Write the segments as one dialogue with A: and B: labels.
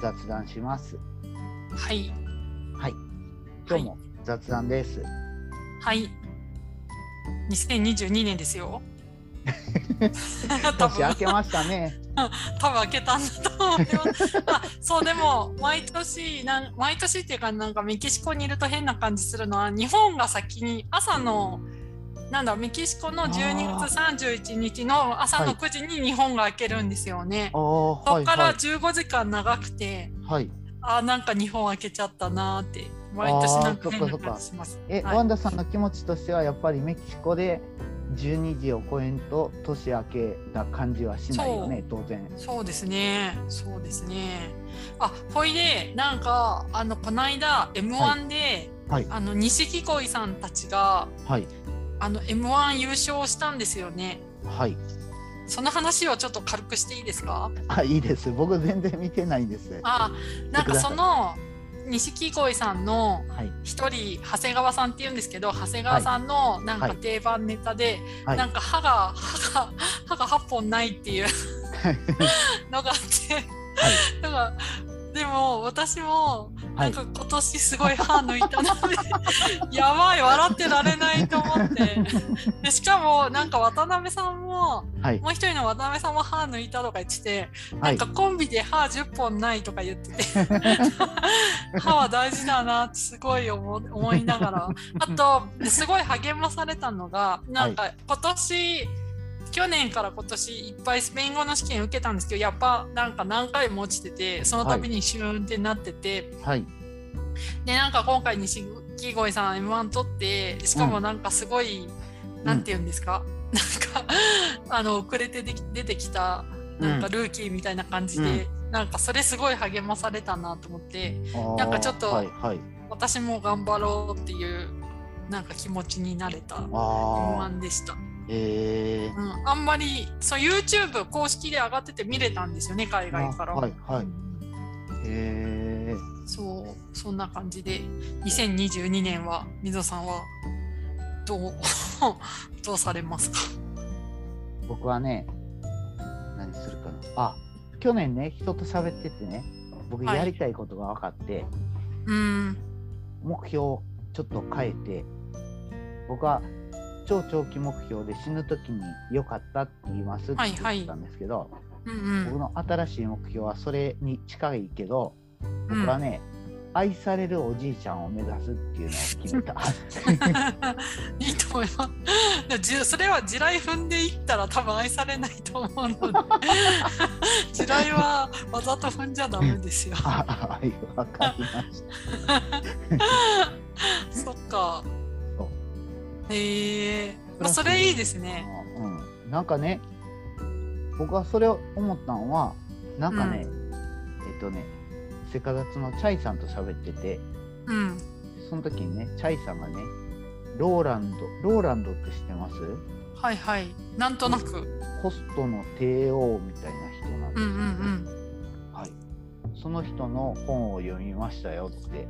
A: 雑談します
B: はい。
A: はい今日も雑談です、
B: はい。2022年で すよ。多
A: 年明
B: 分
A: けました ね
B: 多分開けたんだと思います。あ、そうでも毎年なん毎年っていうかなんかメキシコにいると変な感じするのは日本が先に朝のなんだメキシコの12月31日の朝の9時に日本が開けるんですよね。
A: ああ
B: そ
A: は
B: こ
A: い
B: から
A: は
B: 15時間長くて、
A: い、はい、
B: あなんか日本開けちゃったなーって毎年なんか変な感じします。
A: え、
B: はい
A: ワンダさんの気持ちとしてはやっぱりメキシコで12時を超えんと年明けた感じはしないよね当然
B: そうですね。そうですね。あ、ほいで、なんか、あの、こないだ M1 で、
A: はい
B: あの、錦鯉さんたちが、
A: はい
B: あの、M1 優勝したんですよね。
A: はい
B: その話をちょっと軽くしていいですか
A: あいいです僕全然見てないんです
B: あ、なんかその、錦鯉さんの
A: はい
B: 一人、長谷川さんって言うんですけど、長谷川さんのなん
A: は
B: か
A: い
B: 定番ネタで、
A: はい
B: なんか歯が、歯が、歯が8本ないっていうのがあって、だからでも私も
A: は
B: ないんか今年すごい歯抜いたの で、やばい笑ってられないと思ってでしかもなんか渡辺さんも
A: はい
B: もう一人の渡辺さんも歯抜いたとか言ってて、
A: は
B: なん
A: い
B: かコンビで歯10本ないとか言ってて歯は大事だなってすごい思思いながらあとすごい励まされたのがなんか今年、去年から今年いっぱいスペイン語の試験受けたんですけどやっぱなんか何回も落ちててその度にシューンってなってて、
A: はい
B: でなんか今回錦鯉さん m 1取ってしかもなんかすごい、なんて言うんですか、 なんかあの遅れてでき出てきたなんかルーキーみたいな感じで、なんかそれすごい励まされたなと思ってなんかちょっと
A: はいはい
B: 私も頑張ろうっていうなんか気持ちになれた不
A: ああ
B: 安でした、
A: えー
B: うん、あんまりそう YouTube 公式で上がってて見れたんですよね海外から。
A: はいは
B: う
A: い
B: ん
A: え
B: そうそんな感じで2022年は水野さんはどう どうされますか
A: ー僕はね何するかなあ去年ね人と喋っててね僕
B: はい
A: やりたいことが分かって、
B: うん
A: 目標をちょっと変えて僕は超長期目標で死ぬ時に良かったって言いますって
B: はい
A: 言
B: はい
A: ったんですけど、
B: うん
A: 僕の新しい目標はそれに近いけど
B: うん
A: 僕はね、愛されるおじいちゃんを目指すっていうのを決め た
B: いいと思いますでもじ。それは地雷踏んでいったら多分愛されないと思うので地雷はわざと踏んじゃダメですよ。
A: あはいわかりました
B: そっか
A: そう。
B: へえま
A: プ
B: あ、そ
A: ラス
B: れいいですね。
A: うん、なんかね僕はそれを思ったのはなんかね、えっとねせかだつのチャイさんと喋ってて、
B: うん。
A: その時にね、チャイさんがね、ローランド、ローランドって知ってます
B: はいはい。なんとなく。
A: ホストの帝王みたいな人なんで
B: うん
A: す
B: う
A: けど、
B: ん
A: はい、その人の本を読みましたよって。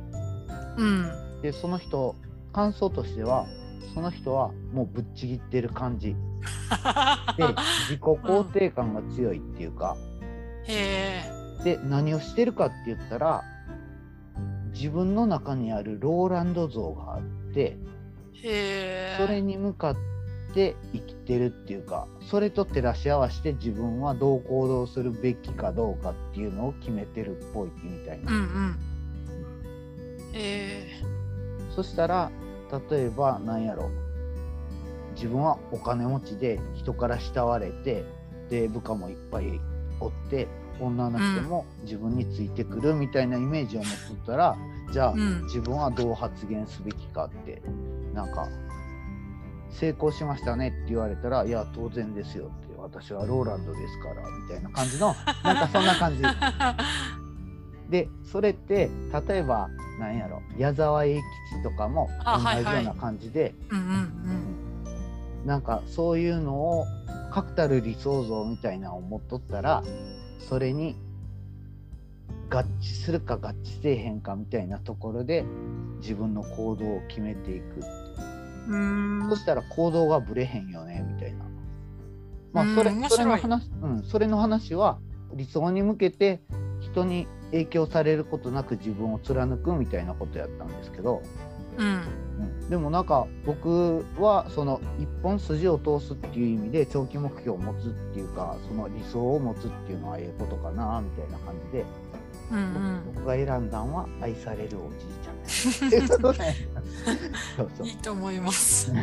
B: うん。うん。
A: で、その人、感想としては、その人はもうぶっちぎってる感じで自己肯定感が強いっていうか、
B: へえ。
A: で何をしてるかって言ったら自分の中にあるローランド像があって
B: へえ。
A: それに向かって生きてるっていうかそれと照らし合わせて自分はどう行動するべきかどうかっていうのを決めてるっぽいみたい
B: うん
A: な、
B: うん。へえ。
A: そしたら例えばなんやろ自分はお金持ちで人から慕われてで部下もいっぱいおって女の人も自分についてくるみたいなイメージを持っとったら、じゃあ、
B: うん。
A: 自分はどう発言すべきかってなんか成功しましたねって言われたらいや当然です よって私はローランドですからみたいな感じのなんかそんな感じでそれって例えばなんやろ矢沢永吉とかも
B: あ
A: 同
B: は
A: じ
B: い
A: よ
B: は
A: う
B: い
A: な感じで、
B: うんうん
A: なんかそういうのを確たる理想像みたいなのを持っとったらそれに合致するか合致せえへんかみたいなところで自分の行動を決めていく
B: うん。うーん
A: そしたら行動がぶれへんよねみたいな。ま
B: う
A: あ
B: ん
A: それ
B: 面
A: それの
B: 白い
A: 話、うん、それの話は理想に向けて人に影響されることなく自分を貫くみたいなことやったんですけど、
B: うん
A: うん、でもなんか僕はその一本筋を通すっていう意味で長期目標を持つっていうかその理想を持つっていうのはええことかなみたいな感じで、
B: うんうん
A: 僕が選んだんは愛されるおじいちゃん っていうことねそう そう
B: いいと思います。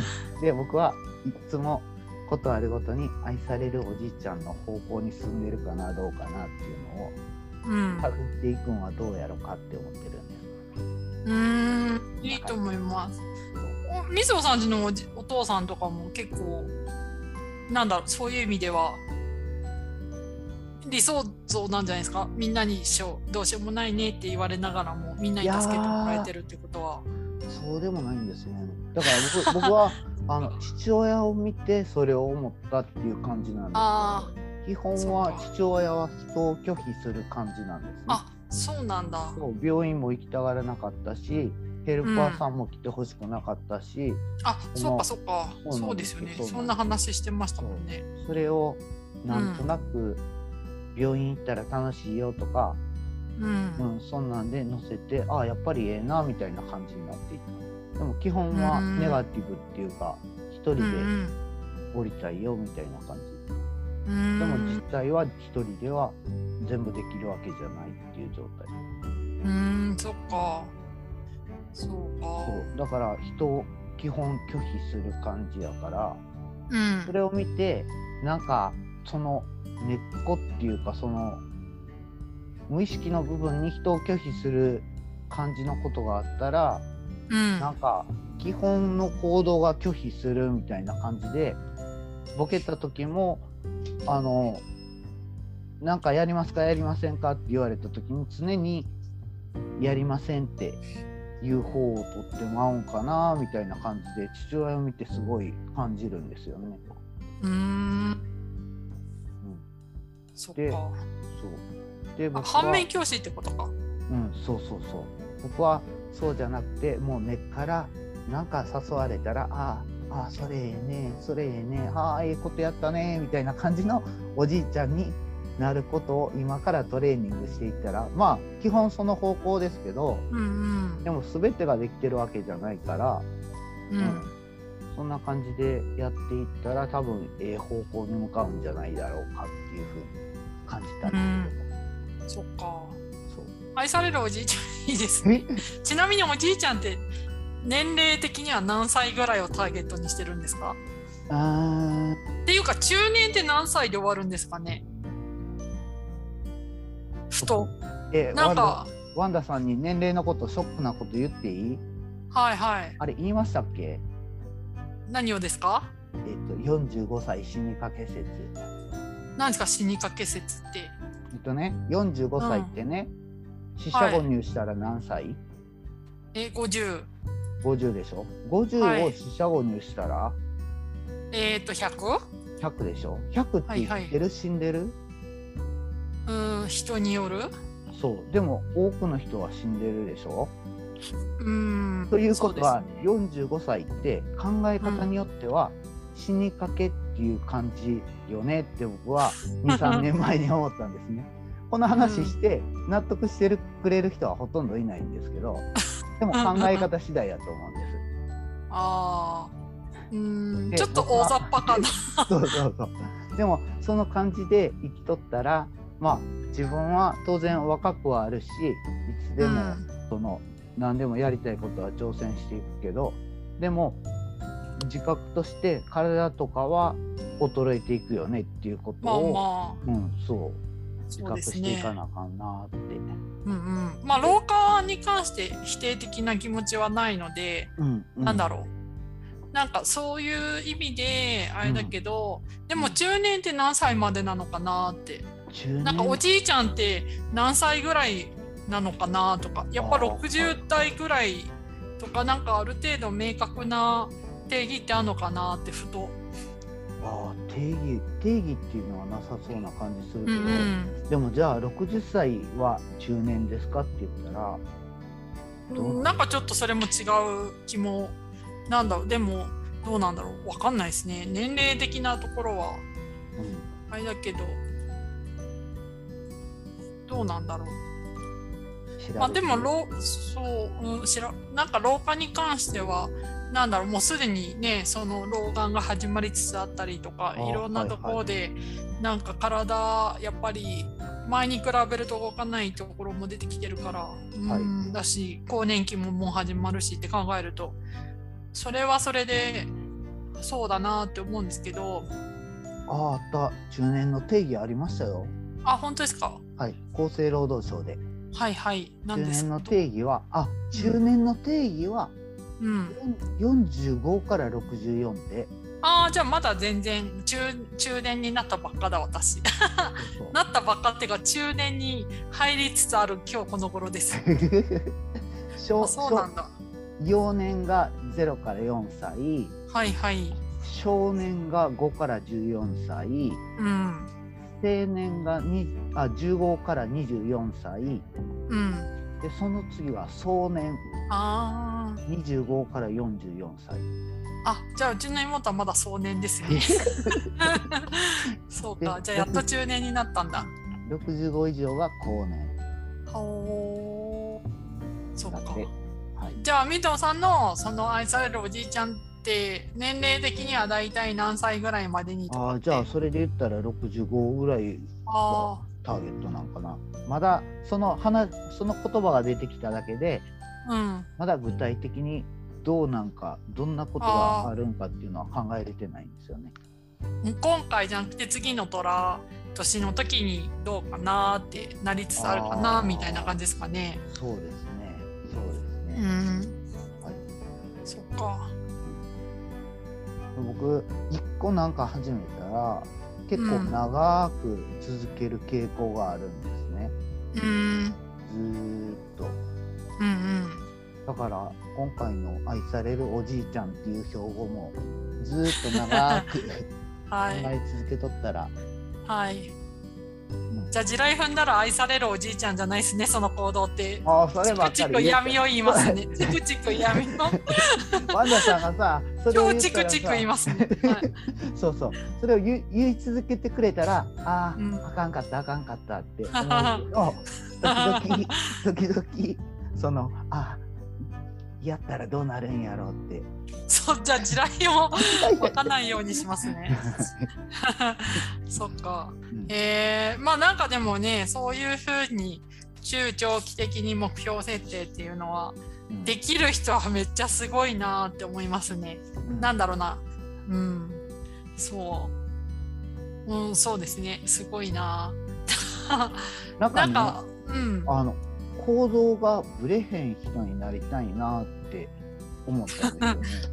A: で僕はいっつもことあるごとに愛されるおじいちゃんの方向に進んでるかなどうかなっていうのを
B: うん。う
A: 探っていくんはどうやろうかって思ってるんです
B: ーん。いいと思います。おみぞさんちのおじお父さんとかも結構なんだろうそういう意味では理想像なんじゃないですかみんなにしようどうしようもないねって言われながらもみんなに助けてもらえてるってことは
A: そうでもないんですねだから僕僕は あの父親を見てそれを思ったっていう感じなんで
B: あ
A: す基本は父親は人を拒否する感じなんですね
B: ああそうなんだ
A: そう病院も行きたがらなかったしヘルパーさんも来てほしくなかったし、
B: あそっかそっか
A: そうな
B: そ
A: ん
B: う
A: で
B: ですす
A: よ
B: よ
A: そ
B: ね
A: うなんです
B: そんな話してましたもんね
A: それをなんとなく病院行ったら楽しいよとか、
B: う
A: うんん、そんなんで載せてああやっぱりええなみたいな感じになっていったでも基本は
B: うん
A: ネガティブっていうか一人
B: うんう
A: で
B: ん
A: 降りたいよみたいな感じ
B: う
A: でも実
B: ん
A: 際は一人では全部できるわけじゃないっていう状態
B: うんそっかそうか
A: そうだから人を基本拒否する感じやから
B: うん
A: それを見てなんかその根っこっていうかその無意識の部分に人を拒否する感じのことがあったら
B: うん
A: なんか基本の行動が拒否するみたいな感じでボケた時もあのなんかやりますかやりませんかって言われた時に常にやりませんっていう方を取ってまうんかなみたいな感じで父親を見てすごい感じるんですよね。
B: うーん
A: うん
B: そっ
A: で
B: か
A: そうで
B: あ
A: 僕は
B: 反面教師ってことか
A: うん、そうそうそう僕はそうじゃなくてもう根っからなんか誘われたらああああそれええねそれええねああええことやったねみたいな感じのおじいちゃんになることを今からトレーニングしていったらまあ基本その方向ですけど
B: うんうん
A: でも全てができてるわけじゃないから、
B: う
A: うんそんな感じでやっていったら多分ええ方向に向かうんじゃないだろうかっていうふうに感じたんですけど、
B: そっか
A: そう
B: 愛されるおじいちゃんいいです
A: え
B: ねちなみにおじいちゃんって年齢的には何歳ぐらいをターゲットにしてるんですか
A: あー
B: っていうか中年って何歳で終わるんですかねふと
A: え
B: なんか
A: ワンダさんに年齢のことショックなこと言っていい
B: はいはい
A: あれ言いましたっけ
B: 何をですか
A: えっと45歳死にかけ説
B: 何ですか死にかけ説って
A: えっとね45歳ってね、死者誤入したら何歳、
B: え50
A: ?50 でしょ
B: は
A: 50を
B: い
A: 死者誤入したら
B: えっ、ー、と 100?
A: 100でしょ100って言ってる、
B: はい
A: 死んでる
B: うーん人による
A: そうでも多くの人は死んでるでしょ
B: うーん
A: ということは、
B: そうですね
A: 45歳って考え方によっては、死にかけっていう感じよねって僕は23 年前に思ったんですね。この話して納得してるくれる人はほとんどいないんですけどでも考え方次第やと思うんで
B: ああ、うーん、
A: で
B: ちょっと大雑把かな。
A: す。そうそうそうでもその感じで生きとったらまあ自分は当然若くはあるしいつでもその何でもやりたいことは挑戦していくけどでも自覚として体とかは衰えていくよねっていうこと
B: うん、
A: を、
B: まあまあ、
A: うん、そう自
B: そう
A: 覚
B: です
A: してい
B: ね
A: か。なあかんなって。
B: うんうん、まあ老化に関して否定的な気持ちはないので、
A: うんうん
B: なんだろう。なんかそういう意味であれだけど、でも中年って何歳までなのかなって、
A: 中年
B: なんかおじいちゃんって何歳ぐらいなのかなとかやっぱ
A: あー
B: 60代ぐらいとかなんかある程度明確な定義ってあるのかなってふと。
A: あー定義定義っていうのはなさそうな感じする
B: う
A: け
B: ん
A: ど、
B: うん
A: でもじゃあ60歳は中年ですかって言ったらどう
B: なんかちょっとそれも違う気もなんだろうでもどうなんだろうわかんないですね年齢的なところは
A: うん
B: あれだけどどうなんだろう
A: 調べて
B: まあでも老そう、うん、知らなんか老化に関してはなんだろうもうすでにねその老眼が始まりつつあったりとか
A: あー
B: いろんなところで、なんか体やっぱり前に比べると動かないところも出てきてるから、うんだし更年期ももう始まるしって考えるとそれはそれでそうだなって思うんですけど
A: あああった中年の定義ありましたよ
B: あ本当ですか
A: はい厚生労働省で
B: はいはいなん
A: 中
B: です
A: 年の
B: けど
A: 定義はあ中年の定義は
B: うん、
A: 45から64で
B: ああじゃあまだ全然中中年になったばっかだ私
A: そう
B: なったばっかっていうか中年に入りつつある今日この頃です
A: そう小
B: あそうなんだ
A: 小幼年が0から4歳
B: はいはい
A: 少年が5から14歳
B: うん
A: 青年がにあ15から24歳
B: うん
A: でその次は壮年
B: あー
A: 25から44歳
B: あじゃあうちの妹はまだ壮年で すねそうかじゃあやっと中年になったんだ
A: 65以上は高年
B: ほーそう
A: だ
B: か
A: ってはい
B: じゃあミトンさんのその愛されるおじいちゃんって年齢的には大体何歳ぐらいまでにとか
A: あーじゃあそれで言ったら65ぐらい
B: あ
A: ターゲットなんかなまだその話その言葉が出てきただけで
B: あうん
A: まだ具体的にどうなんかどんなことがあるんかっていうのは考えれてないんですよね。
B: 今回じゃなくて次の虎年の時にどうかなってなりつつあるかな
A: あー
B: みたいな感じですかね。
A: そうですね。そうです
B: う
A: ね。
B: ん、
A: はい
B: そっか。
A: 僕一個なんか始めたら結構長く続ける傾向があるんですね。
B: うん、う
A: ずー
B: ん
A: っと。
B: うん
A: だから今回の愛されるおじいちゃんっていう標語もずーっと長く
B: は
A: 考
B: い
A: え続けとったら、
B: は
A: う
B: い。
A: ん
B: じゃあ地雷踏んだら愛されるおじいちゃんじゃないですねその行動って。
A: ああそれ
B: チ
A: ば
B: ク
A: っか
B: チ
A: り
B: ク
A: 言っ
B: 嫌
A: た
B: 味を言いますね。チクチク嫌味を。
A: ワンダさんがさそれを
B: 超
A: 言っ
B: チ
A: た
B: ク
A: らさ
B: チク言いますね。はい、
A: そうそうそれを言い言い続けてくれたらああ、
B: うん
A: あかんかったあかんかったって思うけど時々時々そのあーやったらどうなるんやろうって
B: そうじゃあ地雷を湧かないようにします ね。そっか。
A: うん
B: えーまあなんかでもねそういうふうに中長期的に目標設定っていうのは
A: うん
B: できる人はめっちゃすごいなって思いますね。なんだろうなうんそううんそうですねすごいな
A: なん
B: な
A: か
B: ん
A: ね
B: かうん
A: あの行動がぶれへん人になりたいなって思ったんですよね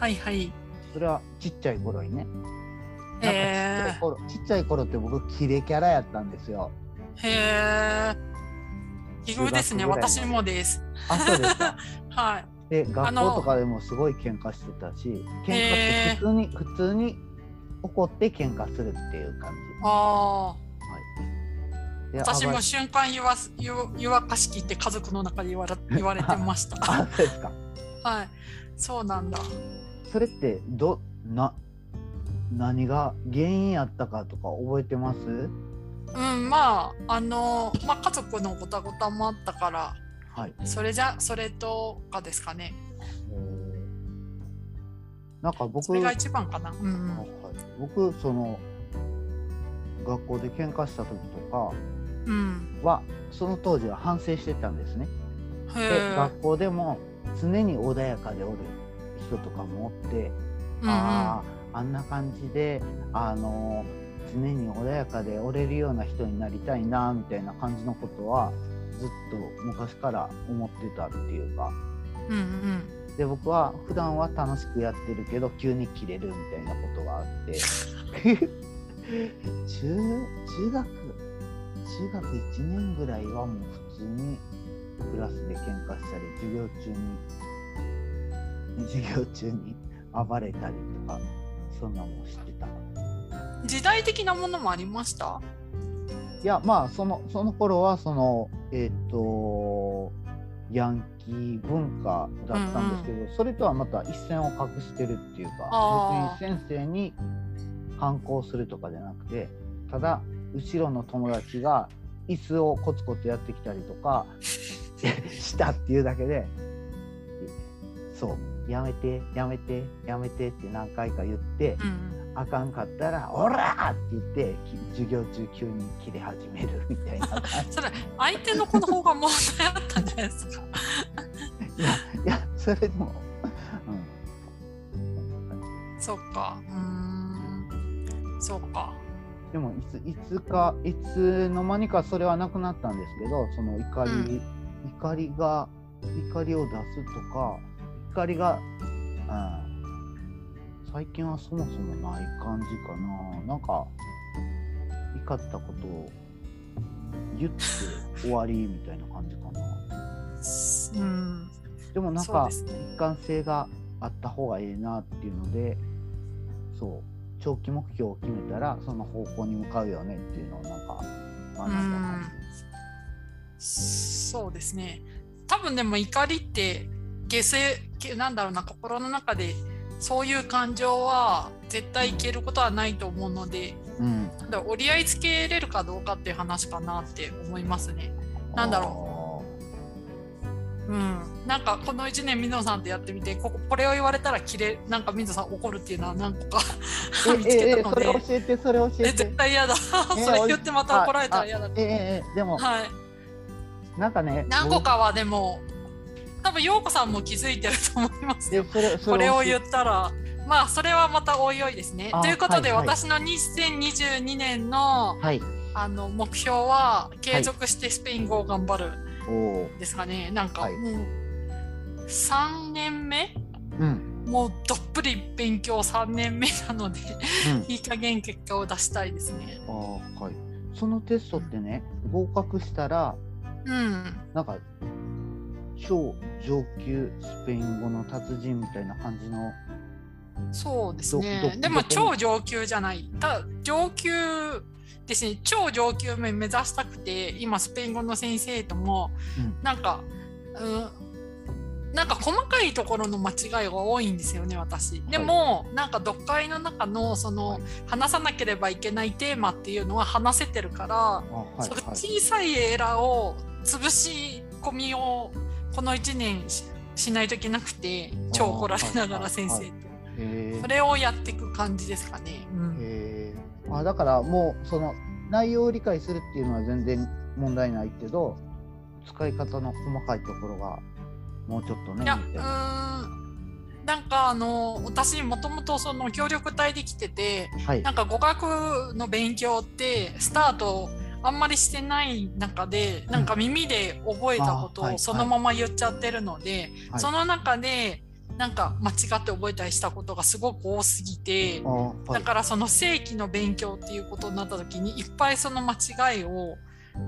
B: はいはい
A: それはちっちゃい頃にねなんかちっちゃ
B: え
A: い頃、ちっちゃい頃って僕キレキャラやったんですよ
B: ー、へー奇遇ですね
A: 中学ぐらいまで
B: 私もです
A: あそうです か
B: はい
A: で
B: あ
A: 学
B: の
A: 校とかでもすごい喧嘩してたし喧嘩って
B: へー
A: 普通に、普通に怒って喧嘩するっていう感じ。
B: ああ
A: で
B: 私
A: 暴
B: も
A: い
B: 瞬間湯わす湯湯沸かしきって家族の中で言われ言われてま した
A: あそうですか
B: はい、そうなんだ。
A: それってどな何が原因やったかとか覚えてます
B: うん、まあ、あの、まあ、家族のごたごたもあったから、
A: はい、
B: それじゃ、それとかですかね。
A: なんか僕
B: それが一番かな。うん、うん
A: はい僕その学校で喧嘩した時とか
B: うん、
A: はその当時は反省してたんですね。
B: へ
A: で
B: え、
A: 学校でも常に穏やかでおる人とかもおって、
B: うん、うん、
A: あああんな感じであの常に穏やかでおれるような人になりたいなみたいな感じのことはずっと昔から思ってたっていうか
B: うん、うん。
A: で僕は普段は楽しくやってるけど急にキレるみたいなことがあって 中中学中学1年ぐらいはもう普通にクラスで喧嘩したり授業中に授業中に暴れたりとかそんなもんしてた
B: 時代的なものもありました
A: いやまあそのその頃はそのえっ、とヤンキー文化だったんですけど、それとはまた一線を画してるっていうか
B: あ
A: 別に先生に反抗するとかじゃなくてただ後ろの友達が椅子をコツコツやってきたりと かしたっていうだけでそうやめてやめてやめてって何回か言って、
B: うん、
A: あかんかったら「オラ!」って言ってき授業中急に切れ始めるみたいな感じ。
B: それ相手の子の方が問題あったんじゃないですか
A: いやいやそれでも、うん、
B: そっかうーんそうか
A: でもいついつかいつの間にかそれはなくなったんですけどその怒り、
B: う
A: 怒りが怒りを出すとか怒りが、うん、最近はそもそもない感じかななんか怒ったことを言って終わりみたいな感じかな
B: うん
A: でもなん
B: そう
A: か
B: ですね
A: 一貫性があった方がいいなっていうのでそう長期目標を決めたらその方向に向かうよねっていうのをなんか学んだ感
B: そうですね多分でも怒りって下世けなんだろうな心の中でそういう感情は絶対いけることはないと思うので
A: じ、うん、
B: なんだろう折り合いつけれるかどうかっていう話かなって思いますね。なんだ
A: ろ
B: うん、なんかこの1年水野さんとやってみてこここれを言われたら切れなんか水野さん怒るっていうのは何個か
A: え
B: 見つ
A: え
B: け
A: え
B: たの
A: それ教
B: で
A: えてそれ教
B: え
A: えて
B: 絶対嫌だそれ言ってまた怒られたら嫌だ
A: あええええでも
B: はい
A: なんかね
B: 何個かはでも多分陽子さんも気づいてると思います
A: え
B: よ
A: それそれ
B: これを
A: 教え
B: 言ったらまあそれはまたおいおいですね
A: あ
B: ということで、
A: はいはい
B: 私の2022年の
A: はい
B: あの目標は継続してスペイン語を頑張る
A: おお
B: ですかね、なんか
A: はい
B: もう3年目
A: うんうん
B: もうどっぷり勉強3年目なので いい加減結果を出したいですね
A: あーはいそのテストってね合格したら
B: うん
A: なんか超上級スペイン語の達人みたいな感じの
B: そうです
A: ど
B: ね
A: ど
B: でも
A: どこに
B: 超上級じゃないただ上級ですね超上級目目指したくて今スペイン語の先生とも、
A: うん
B: なんかうんなんか細かいところの間違いが多いんですよね私でも、なんか読解の中のその、
A: はい
B: 話さなければいけないテーマっていうのは話せてるから、
A: あは
B: その小さいエラーを潰し込みをこの1年ししないといけなくて超怒られながら先生
A: は
B: と
A: へ
B: それをやっていく感じですかね。うん
A: えあだからもうその内容を理解するっていうのは全然問題ないけど使い方の細かいところがもうちょっとね
B: いやう
A: み
B: ーん
A: たいな
B: なんかあの私もともとその協力隊で来てて
A: はい
B: なんか語学の勉強ってスタートあんまりしてない中でなんか耳で覚えたこと
A: あーはい
B: をそのまま言っちゃってるので、
A: はい
B: その中でなんか間違って覚えたりしたことがすごく多すぎて、
A: あはい
B: だからその正規の勉強っていうことになった時にいっぱいその間違いを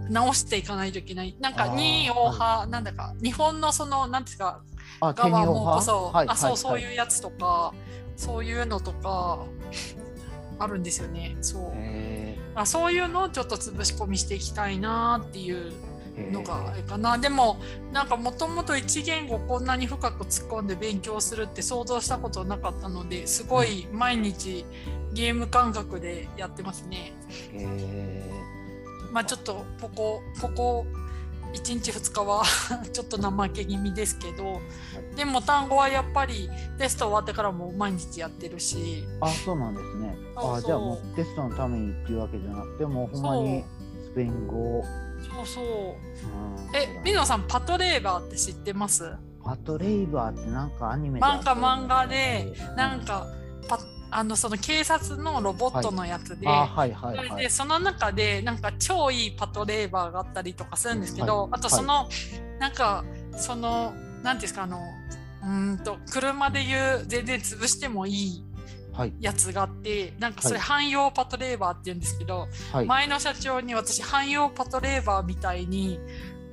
B: 直していかないといけないなんか
A: あー
B: 2をはなんだか日本のそのなんていうか
A: あケニ
B: 側
A: オ
B: もこ
A: 派
B: そ、
A: はい
B: あそうそう
A: う
B: いうやつとかそういうのとかあるんですよねそう、
A: へ
B: あそういうのをちょっと潰し込みしていきたいなっていう
A: え
B: のがあれかなでもなんかもともと1言語こんなに深く突っ込んで勉強するって想像したことなかったのですごい毎日ゲーム感覚でやってますね。
A: へえ
B: まあちょっとここここ1日2日はちょっと怠け気味ですけどでも単語はやっぱりテスト終わってからも毎日やってるし
A: あそうなんですね
B: そう
A: あ
B: そう
A: じゃあもうテストのためにっていうわけじゃなくてもうほんまにスペイン語を
B: そうそう
A: うん
B: え水野さんパトレーバーって知ってます
A: パトレイバーってなんかアニメで
B: なんか漫画でなんかパあのその警察のロボットのやつで、
A: あはいはい
B: そ
A: はい
B: れでその中でなんか超いいパトレーバーがあったりとかするんですけど、
A: はい
B: あとその、なんかその何ていうんですかあのうーんと車で言う全然潰してもいい
A: はい
B: やつがあってなんかそれ
A: はい
B: 汎用パトレーバーって言うんですけど、
A: はい
B: 前の社長に私汎用パトレーバーみたいに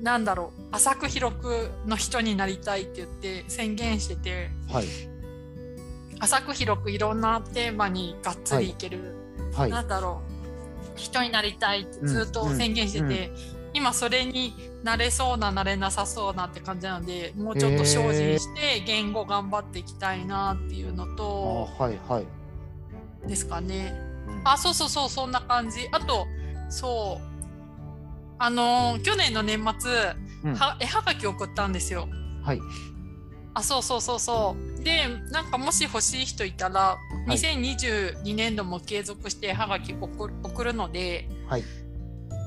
B: なんだろう浅く広くの人になりたいって言って宣言してて
A: はい
B: 浅く広くいろんなテーマにがっつりいける、
A: はい
B: なんだろう人になりたいってずっと宣言してて、今それになれそうななれなさそうなって感じなのでもうちょっと精進して言語頑張っていきたいなっていうの
A: あ
B: と
A: はいはい
B: ですかね
A: うん
B: あそうそうそうそんな感じあとそうあのー去年の年末、
A: うん
B: は絵はがき送ったんですよ。
A: はい
B: あそうそうそうそうでなんかもし欲しい人いたら、
A: い
B: 2022年度も継続して絵はがき送る送るので、
A: はい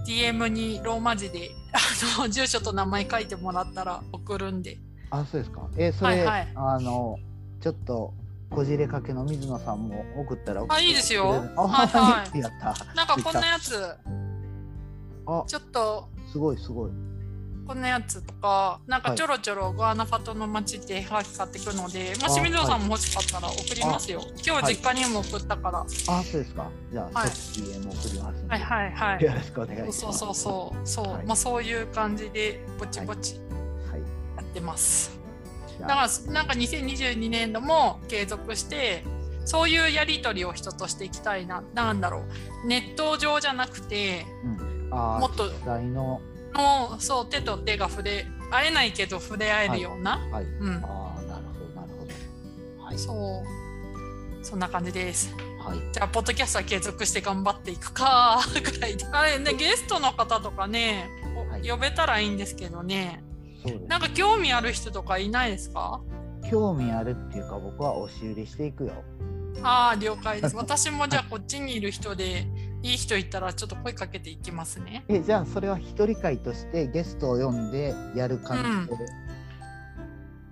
B: DM にローマ字であの住所と名前書いてもらったら送るんで
A: あそうですかえそれ、
B: はいはい
A: あのちょっとこじれかけの水野さんも送ったら送って
B: あいいですよ
A: くれるあ
B: はいは い
A: やった
B: なんかこんなやつ
A: あ
B: ちょっと
A: すごいすごい
B: こんなやつとかなん
A: は
B: か
A: い
B: ちょろちょろグアナファトの街で絵はがき買ってくるので、も
A: あ
B: し水野さ
A: は
B: んも欲しかったら送りますよ今
A: は
B: 日
A: い
B: 実家にも送ったから、はい、
A: あそうですかじゃあ、
B: はい
A: ちょっと DM 送りますんで
B: はいはいはい
A: よろしくお願いします
B: そうそうそうそう、
A: はい
B: まあそういう感じでぼちぼち
A: はい
B: やってます、
A: じゃあ
B: だからなんか2022年度も継続してそういうやり取りを人としていきたいななんだろうネット上じゃなくて
A: あ
B: もっと
A: 時代の
B: もうそう手と手が触れ会えないけど触れ合えるような、
A: はい
B: うん
A: ああなるほどなるほどはい
B: そうそんな感じです
A: はい
B: じゃあポッドキャストは継続して頑張っていくかぐらいであれねゲストの方とかねお
A: はい
B: 呼べたらいいんですけどね、
A: そうです
B: なんか興味ある人とかいないですか
A: 興味あるっていうか僕は押し売りしていくよ
B: ああ、了 解です。私もじゃあこっちにいる人で、いい人いたらちょっと声かけていきますね。
A: えじゃあそれは一人会としてゲストを呼んでやる感じで、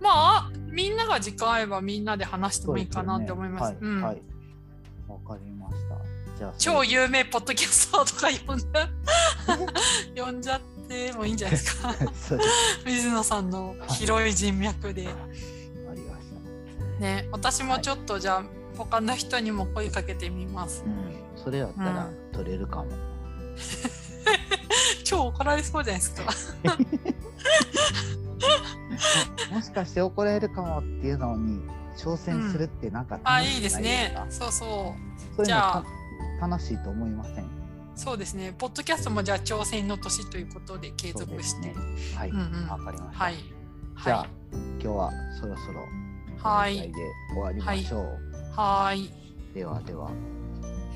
B: まあ、みんなが時間合えばみんなで話してもいいかなって思いま
A: そう
B: す。う
A: でよね
B: ん
A: はい、はい。わかりました。じゃあ、
B: 超有名ポッドキャスターとか呼んだ 呼んじゃってもいいんじゃないですか
A: そうです
B: 水野さんの広い人脈で。
A: わかりました。
B: ね、私もちょっとじゃあ他の人にも声かけてみます。
A: う ん、それだったら
B: う
A: 取れるかも。
B: 超怒られそうじゃないですか。
A: もしかして怒られるかもっていうのに挑戦するってなんか
B: あ、
A: 楽
B: いい
A: し
B: で
A: く
B: す
A: ないです
B: ね
A: か。。
B: そうそう。
A: そういう
B: じ
A: の
B: ゃ
A: た
B: あ
A: 楽しいと思いません。
B: そうですね。ポッドキャストもじゃあ挑戦の年ということで継
A: そう
B: 続
A: で
B: し
A: す
B: て。
A: ね。はい、
B: うん
A: わ、
B: うん
A: かりました。
B: はい。
A: じゃあ、
B: は
A: 今日はそろそろ
B: い。
A: この
B: は
A: ぐらい
B: い。
A: で終わりましょう。
B: はい。
A: ではでは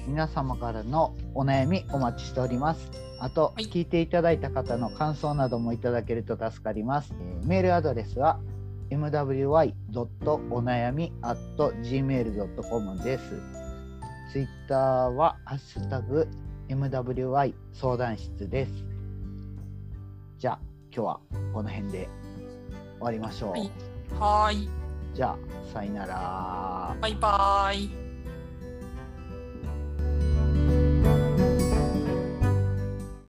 A: 皆様からのお悩みお待ちしておりますあと、
B: はい
A: 聞いていただいた方の感想などもいただけると助かりますえーメールアドレスは mwy.onayami.gmail.com ですツイッターはハッシュタグ mwy 相談室ですじゃあ今日はこの辺で終わりましょう、
B: はい。はい。
A: じゃあさよなら
B: バイバイ。